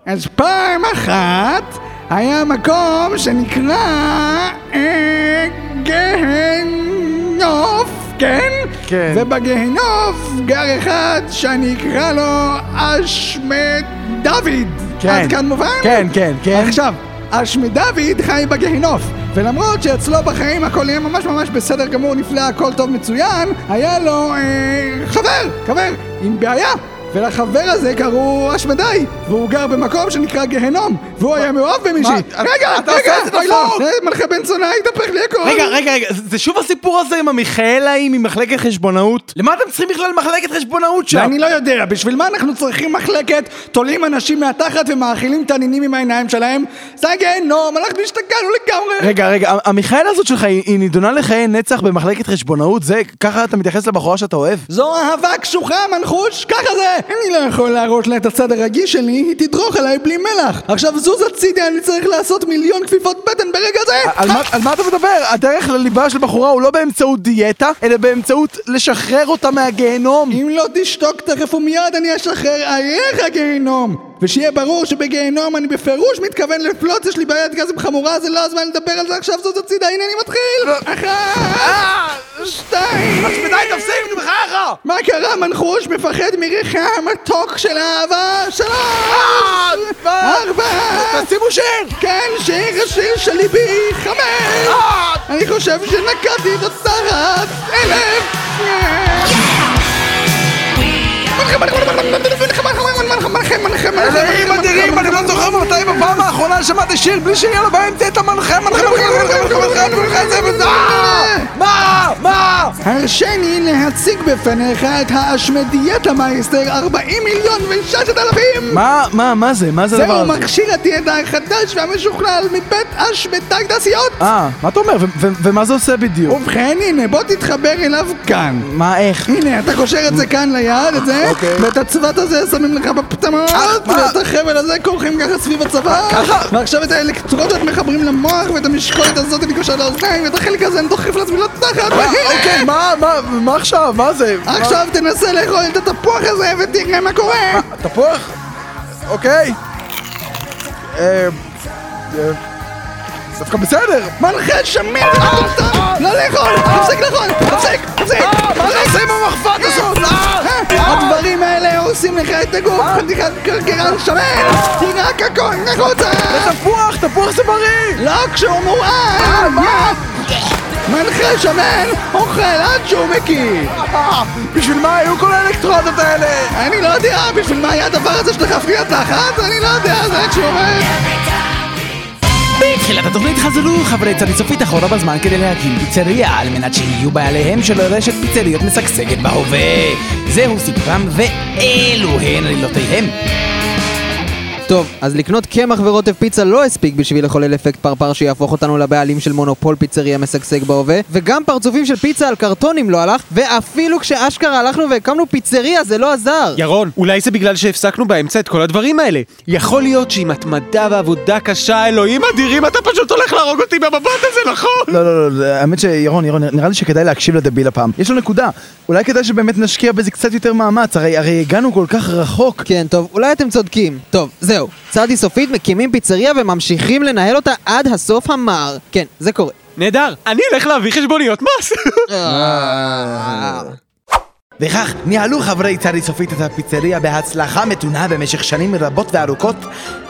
Speaker 6: אז פעם אחת היה מקום שנקרא... אה, גהנוף, כן?
Speaker 3: כן.
Speaker 6: ובגהנוף גר אחד שאני אקרא לו אשמד דוד.
Speaker 3: כן.
Speaker 6: עד כאן מובן?
Speaker 3: כן, כן, כן.
Speaker 6: עכשיו, אשמי דוד חי בגיהינוף, ולמרות שאצלו בחיים הכל יהיה ממש ממש בסדר גמור, נפלא, הכל טוב, מצוין, היה לו אה, חבר, חבר, עם בעיה. ולחבר הזה קראו אשמדי, והוא גר במקום שנקרא גהנום, והוא היה מאוהב במישהי.
Speaker 3: מה?
Speaker 6: רגע,
Speaker 3: אתה
Speaker 6: רגע,
Speaker 3: עושה את זה נכון?
Speaker 6: אוי לא,
Speaker 3: דפוק?
Speaker 6: זה מלכה בן זונה, התהפך לי הכל.
Speaker 3: רגע, רגע, רגע, זה זה שוב הסיפור הזה עם המיכאלאים ממחלקת חשבונאות? למה אתם צריכים בכלל מחלקת חשבונאות שם?
Speaker 6: אני לא יודע, בשביל מה אנחנו צריכים מחלקת, תולים אנשים מהתחת ומאכילים תנינים עם העיניים שלהם? זה הגיהנום, אנחנו השתגענו לגמרי.
Speaker 3: רגע, רגע, ה- המיכאלה הזאת שלך, היא היא נידונה לחיי נצח במחלקת חשבונאות? זה, ככה אתה מתייחס לבחורה שאתה אוהב?
Speaker 6: זו אהבה קשוחה, מנחוש, ככה זה! אני לא יכול להראות לה את הצד הרגיש שלי, היא תדרוך עליי בלי מלח! עכשיו זוז הצידה, אני צריך לעשות מיליון כפיפות בטן ברגע זה!
Speaker 3: על מה, על מה אתה מדבר? הדרך לליבה של בחורה הוא לא באמצעות דיאטה, אלא באמצעות לשחרר אותה מהגיהנום.
Speaker 6: אם לא תשתוק תכף ומיד אני אשחרר עליך גיהנום! ושיהיה ברור שבגיהנום אני בפירוש מתכוון לפלוץ, יש לי בעיית גזם חמורה, זה לא הזמן לדבר על זה עכשיו, זוז הצידה, הנה אני מתחיל!
Speaker 3: אה,
Speaker 6: אחת, שתיים!
Speaker 3: תפסיק, לא. נו בחייך!
Speaker 6: מה קרה, מנחוש? מפחד מריחה המתוק של האהבה? שלוש! ארבע!
Speaker 3: אה, תשימו שיר!
Speaker 6: כן, שיר השיר של ליבי! חמש!
Speaker 3: אה.
Speaker 6: אני חושב שנקעתי את הצהרת אלף!
Speaker 3: אלוהים אדירים, אני לא זוכר מתי בפעם האחרונה שמעתי שיר בלי שיהיה לו באמצע את המנחה, מנחה, מנחה, מנחה, מנחה, מנחה, מנחה, זה וזה. מה? מה?
Speaker 6: הרשני להציג בפניך את האשמדיית המייסטר 40 מיליון ו-6,000!
Speaker 3: מה? מה? מה זה? מה זה הדבר
Speaker 6: זהו
Speaker 3: הזה?
Speaker 6: מכשיר הדיאטה החדש והמשוכלל מבית אשמדי תעשיות!
Speaker 3: אה, מה אתה אומר? ו- ו- ומה זה עושה בדיוק?
Speaker 6: ובכן, הנה, בוא תתחבר אליו כאן.
Speaker 3: מה, איך?
Speaker 6: הנה, אתה קושר את זה כאן ליד, את זה,
Speaker 3: אוקיי.
Speaker 6: ואת הצוות הזה שמים לך בפטמות,
Speaker 3: אה,
Speaker 6: ואת החבל הזה כורכים ככה סביב הצוואר, ועכשיו את האלקטרודות מחברים למוח, ואת המשקולת הזאת אני קושר לאוזניים, ואת החלק הזה אני דוחף לעצמי לא לתחת, והנה!
Speaker 3: אוקיי, מה? מה? מה עכשיו? מה זה? מה-
Speaker 6: עכשיו תנסה לאכול את התפוח הזה ותראה מה קורה!
Speaker 3: תפוח? אוקיי. אה, אה, דווקא בסדר.
Speaker 6: מנחה שמיר! לא לאכול! תפסיק לאכול! תפסיק! תפסיק!
Speaker 3: אה,
Speaker 6: מה אתה עושה עם המחפת הזאת? אה, הדברים האלה הורסים לך את הגוף!
Speaker 3: אה.
Speaker 6: חתיכת קרקרן שמן! תראה הכל החוצה!
Speaker 3: תפוח! תפוח זה בריא! אה,
Speaker 6: לא כשהוא מורעל! אה, מנחה שמן אוכל עד שהוא מקיא!
Speaker 3: אה, בשביל מה היו כל האלקטרודות האלה?
Speaker 6: אני לא יודע בשביל מה היה הדבר הזה שדחף לי לתחת? אני לא יודע, זה איך שהוא אומר...
Speaker 11: בתחילת התוכנית חזרו חברי צדי סופית אחורה בזמן כדי להקים פיצריה על מנת שיהיו בעליהם של רשת פיצריות משגשגת בהווה. זהו סיפרם ואלו הן עלילותיהם.
Speaker 2: טוב, אז לקנות קמח ורוטב פיצה לא הספיק בשביל לחולל אפקט פרפר שיהפוך אותנו לבעלים של מונופול פיצריה משגשג בהווה, וגם פרצופים של פיצה על קרטונים לא הלך, ואפילו כשאשכרה הלכנו והקמנו פיצריה זה לא עזר!
Speaker 1: ירון, אולי זה בגלל שהפסקנו באמצע את כל הדברים האלה. יכול להיות שעם התמדה ועבודה קשה, אלוהים אדירים, אתה פשוט הולך להרוג אותי במבט הזה, נכון?
Speaker 3: לא, לא, לא, זה- האמת שירון, ירון, נראה לי שכדאי להקשיב לדביל הפעם. יש לו נקודה. אולי כדאי שבאמת נשקיע בזה קצת יותר מאמץ, הרי הרי הגענו כל כך רחוק.
Speaker 2: כן, טוב, אולי אתם צודקים. טוב, זהו. צעדי סופית מקימים פיצריה וממשיכים לנהל אותה עד הסוף המר. כן, זה קורה.
Speaker 1: נהדר, אני אלך להביא חשבוניות מס.
Speaker 11: וכך ניהלו חברי צדי סופית את הפיצריה בהצלחה מתונה במשך שנים רבות וארוכות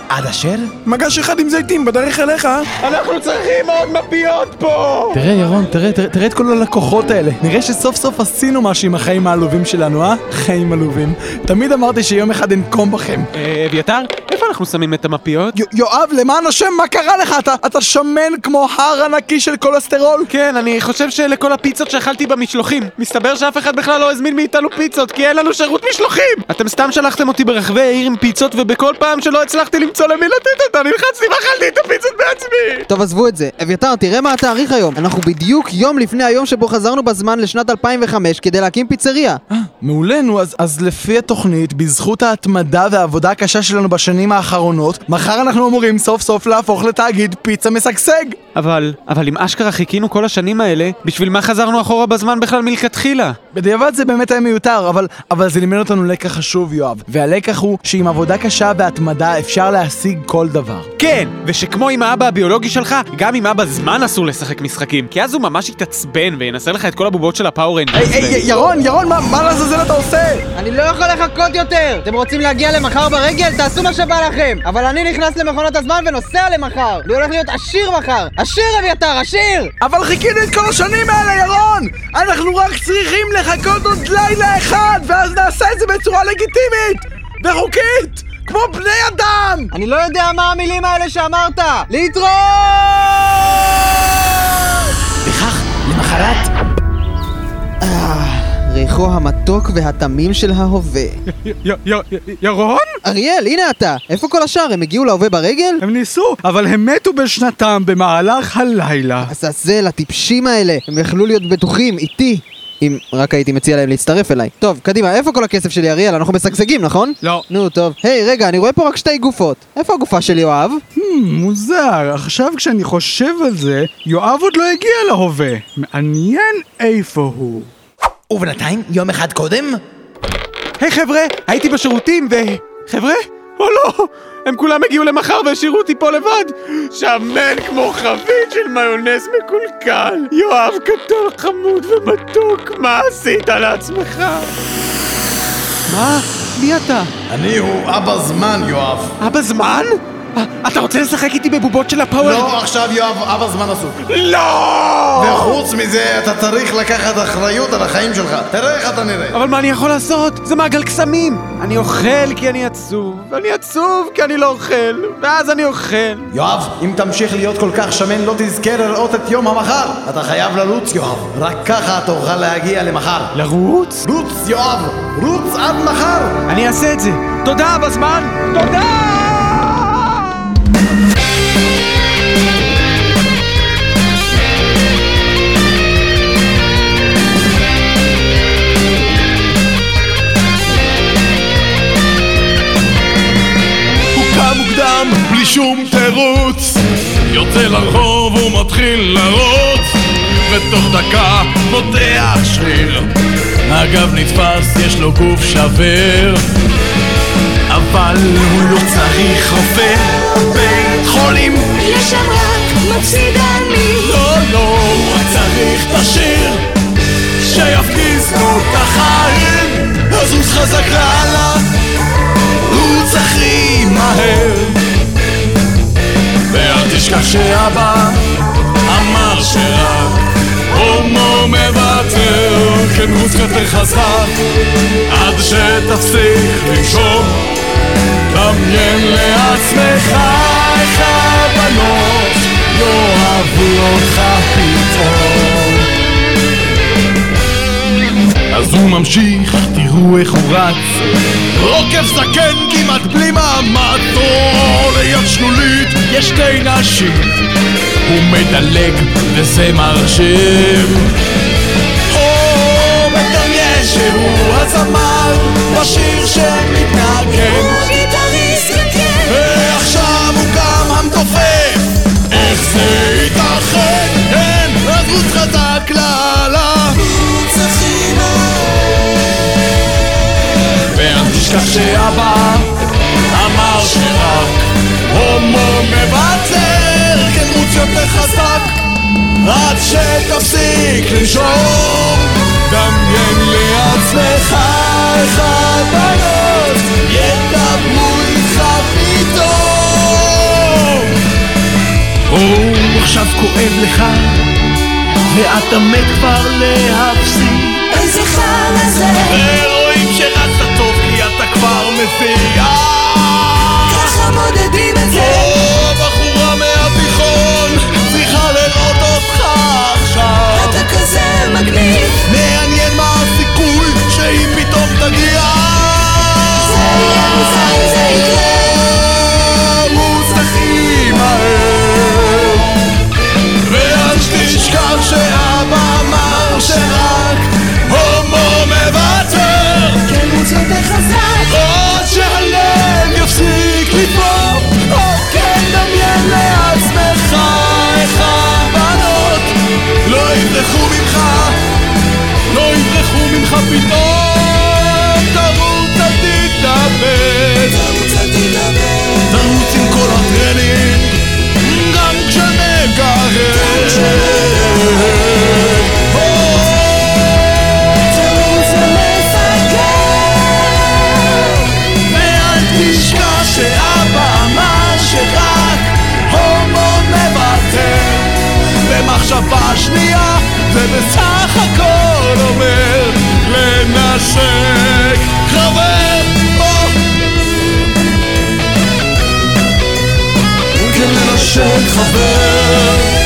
Speaker 8: עד אשר?
Speaker 12: מגש אחד עם זיתים בדרך אליך.
Speaker 3: אה?
Speaker 4: אנחנו צריכים עוד מפיות פה!
Speaker 3: תראה, ירון, תראה, תראה, תראה את כל הלקוחות האלה. נראה שסוף סוף עשינו משהו עם החיים העלובים שלנו, אה? חיים עלובים. תמיד אמרתי שיום אחד אנקום בכם.
Speaker 1: אה, אביתר, איפה אנחנו שמים את המפיות?
Speaker 3: יואב, למען השם, מה קרה לך? אתה, אתה שמן כמו הר ענקי של קולסטרול?
Speaker 1: כן, אני חושב שלכל הפיצות שאכלתי במשלוחים. מסתבר שאף אחד בכלל לא הזמין מאיתנו פיצות, כי אין לנו שירות משלוחים! אתם סתם שלחתם אותי ברחבי העיר עם פיצות, ובכל פעם שלא הצלחתי למצוא למי לתת אותה, נלחצתי ואכלתי את הפיצות בעצמי!
Speaker 2: טוב, עזבו את זה. אביתר, תראה מה התאריך היום. אנחנו בדיוק יום לפני היום שבו חזרנו בזמן לשנת 2005 כדי להקים פיצריה.
Speaker 3: מעולה, נו, אז, אז לפי התוכנית, בזכות ההתמדה והעבודה הקשה שלנו בשנים האחרונות, מחר אנחנו אמורים סוף סוף להפוך לתאגיד פיצה משגשג!
Speaker 1: אבל, אבל אם אשכרה חיכינו כל השנים האלה, בשביל מה חזרנו אחורה בזמן בכלל מלכתחילה?
Speaker 3: בדיעבד זה באמת היה מיותר, אבל, אבל זה לימד אותנו לקח חשוב, יואב. והלקח הוא שעם עבודה קשה והתמדה אפשר להשיג כל דבר.
Speaker 1: כן, ושכמו עם האבא הביולוגי שלך, גם עם אבא זמן אסור לשחק משחקים, כי אז הוא ממש יתעצבן וינסר לך את כל הבובות של הפאורן.
Speaker 3: היי, היי, ירון, ירון, מה, מה לעזאזל אתה עושה?
Speaker 2: אני לא יכול לחכות יותר! אתם רוצים להגיע למחר ברגל? תעשו מה שבא לכם! אבל אני נכנס למכונת הזמן ונוסע למחר! אני הולך להיות עשיר מחר! עשיר, אביתר, עשיר!
Speaker 3: אבל חיכינו את כל השנים האלה, ירון! אנחנו רק צריכים לחכות עוד לילה אחד, ואז נעשה את זה בצורה לגיטימית! וחוקית! כמו בני אדם!
Speaker 2: אני לא יודע מה המילים האלה שאמרת! להתראות!
Speaker 11: וכך, למחרת...
Speaker 2: אה, ריחו המתוק והתמים של ההווה.
Speaker 13: ירון?
Speaker 2: אריאל, הנה אתה. איפה כל השאר? הם הגיעו להווה ברגל?
Speaker 13: הם ניסו, אבל הם מתו בשנתם במהלך הלילה.
Speaker 2: עזאזל, הטיפשים האלה. הם יכלו להיות בטוחים, איתי. אם רק הייתי מציע להם להצטרף אליי. טוב, קדימה, איפה כל הכסף שלי, אריאל? אנחנו משגשגים, נכון?
Speaker 13: לא.
Speaker 2: נו, טוב. היי, רגע, אני רואה פה רק שתי גופות. איפה הגופה של יואב?
Speaker 13: Hmm, מוזר, עכשיו כשאני חושב על זה, יואב עוד לא הגיע להווה. מעניין איפה הוא.
Speaker 11: ובינתיים, יום אחד קודם...
Speaker 1: היי hey, חבר'ה, הייתי בשירותים ו... חבר'ה? או לא! הם כולם הגיעו למחר והשאירו אותי פה לבד! שמן כמו חבית של מיונז מקולקל! יואב קטן חמוד ומתוק, מה עשית לעצמך? מה? מי אתה?
Speaker 5: אני הוא אבא זמן, יואב.
Speaker 1: אבא זמן? אה, אתה רוצה לשחק איתי בבובות של הפאוור?
Speaker 5: לא, עכשיו יואב, אבא זמן עסוק.
Speaker 1: לא!
Speaker 5: וחוץ מזה, אתה צריך לקחת אחריות על החיים שלך. תראה איך אתה נראה.
Speaker 1: אבל מה אני יכול לעשות? זה מעגל קסמים! אני אוכל כי אני עצוב, ואני עצוב כי אני לא אוכל, ואז אני אוכל.
Speaker 5: יואב, אם תמשיך להיות כל כך שמן, לא תזכה לראות את יום המחר. אתה חייב לרוץ, יואב. רק ככה תוכל להגיע למחר.
Speaker 1: לרוץ?
Speaker 5: רוץ, יואב! רוץ עד מחר!
Speaker 1: אני אעשה את זה. תודה, אבא זמן! תודה!
Speaker 14: מוקדם, בלי שום תירוץ. יוצא לרחוב ומתחיל לרוץ, ותוך דקה פותח שריר. הגב נתפס, יש לו גוף שבר, אבל הוא לא צריך רופא. בית חולים,
Speaker 15: יש שם רק מפסידנים.
Speaker 14: לא, לא, הוא צריך את השיר, שיפגיז לו את החיים. לזוז חזק לאללה, לרוץ הכי מהר ואל תשכח שאבא אמר שרק הומו מוותר כן רוץ כתר חזק עד שתפסיק לנשום דמיין לעצמך איך הבנות יאהבו אותך פתאום אז הוא ממשיך, תראו איך הוא רץ רוקף זקן כמעט בלי מאמץ או ליד שלולית יש שתי נשים הוא מדלג וזה מרשים או מדמיין שהוא הזמר בשיר שמתנגן
Speaker 15: הוא הגיטריסט כן
Speaker 14: ועכשיו הוא גם המתופף איך זה ייתכן? כן, אז רוץ חזק לאללה תשכח שאבא אמר שרק הומו מוותר כן רוץ יותר חזק עד שתפסיק לנשום דמיין לעצמך איך הבנות ידברו איתך פתאום
Speaker 6: או, עכשיו כואב לך, ואתה מת כבר להפסיק.
Speaker 15: איזה חרא זה?
Speaker 6: ורואים שרצת טוב כי אתה כבר מבין.
Speaker 15: ככה מודדים את זה.
Speaker 6: או, בחורה מהתיכון, צריכה לראות אותך עכשיו.
Speaker 15: אתה כזה מגניב.
Speaker 6: מעניין מה הסיכוי שהיא פתאום תגיע.
Speaker 15: זה יהיה מוזר, זה יקרה.
Speaker 6: לרוץ הכי מהר ואל תשכח שאבא אמר שרק הומו מוותר
Speaker 15: כן, רוץ יותר חזק.
Speaker 6: עוד שהלב יפסיק לפעור או כן דמיין לעצמך איך הבנות לא יברחו ממך לא יברחו ממך פתאום תרוץ אל תתאבד
Speaker 15: תרוץ, אל תתאבד.
Speaker 6: תרוץ עם כל הטרנינג גם כשמגרד
Speaker 15: תרוץ ומפגר.
Speaker 6: ואל תשכח שאבא אמר שרק הומו מוותר במחשבה שנייה זה בסך הכל אומר לנשק חבר או כן לנשק חבר